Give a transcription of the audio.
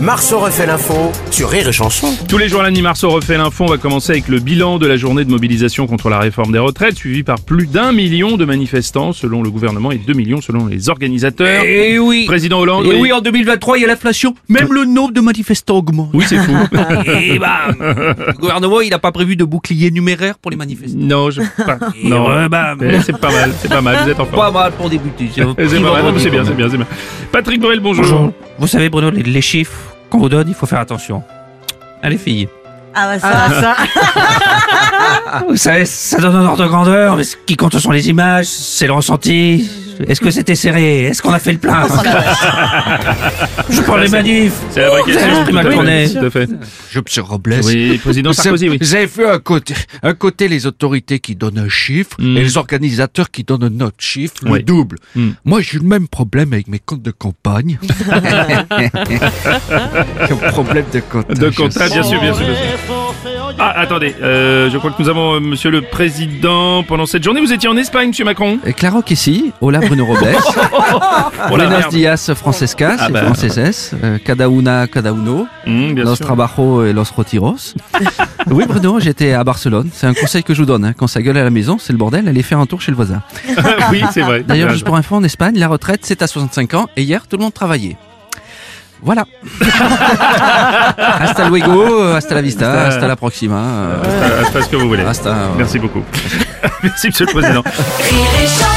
Marceau refait l'info sur Rire et Chanson. Tous les jours, lundi, Marceau refait l'info. On va commencer avec le bilan de la journée de mobilisation contre la réforme des retraites, suivi par plus d'un million de manifestants selon le gouvernement et deux millions selon les organisateurs. Eh oui. Président Hollande. Et oui, en 2023, il y a l'inflation. Même le nombre de manifestants augmente. Oui, c'est fou. Eh Et bah, ben. le gouvernement, il n'a pas prévu de bouclier numéraire pour les manifestants. non, je pas. Non, ouais, bah, Eh, c'est pas mal, c'est pas mal. Vous êtes en Pas forme. mal pour débuter. C'est Eh, C'est pas mal, c'est bien, c'est bien, c'est bien. Patrick Borel, bonjour. Bonjour. Vous savez, Bruno, les, les chiffres qu'on vous donne, il faut faire attention. Allez, filles. Ah bah ça, Ah, Vous savez, ça donne un ordre de grandeur, mais ce qui compte, ce sont les images, c'est le ressenti. Est-ce que c'était serré Est-ce qu'on a fait le plein Ah, Je prends les manifs. C'est la vraie question. avez pris ma Tout à fait, tournée. Tout à fait. Je me suis Robles. Oui, président Vous savez- Sarkozy, oui. Vous avez vu un côté, un côté les autorités qui donnent un chiffre Mm. et les organisateurs qui donnent un autre chiffre, le Oui. double. Mm. Moi, j'ai eu le même problème avec mes comptes de campagne. j'ai un problème de comptage. De comptage, bien sûr, bien sûr. bien sûr. Ah, attendez, euh, je crois que nous avons euh, Monsieur le Président. Pendant cette journée, vous étiez en Espagne, Monsieur Macron. Et Claro Kessi, hola Bruno Robles, Oh la buenos merde. días Francescas Ah y bah. franceses, euh, cada una, cada uno, Hum, bien los sûr. trabajos et los retiros. oui Bruno, j'étais à Barcelone, c'est un conseil que je vous donne, hein. quand ça gueule à la maison, c'est le bordel, allez faire un tour chez le voisin. oui, c'est vrai. Euh, D'ailleurs, juste pour info, en Espagne, la retraite c'est à 65 ans et hier tout le monde travaillait. Voilà. hasta luego, hasta la vista, hasta la proxima, euh, Ah, Faites ce que vous voulez. hasta... euh. Merci beaucoup. Merci, Monsieur le Président. ça.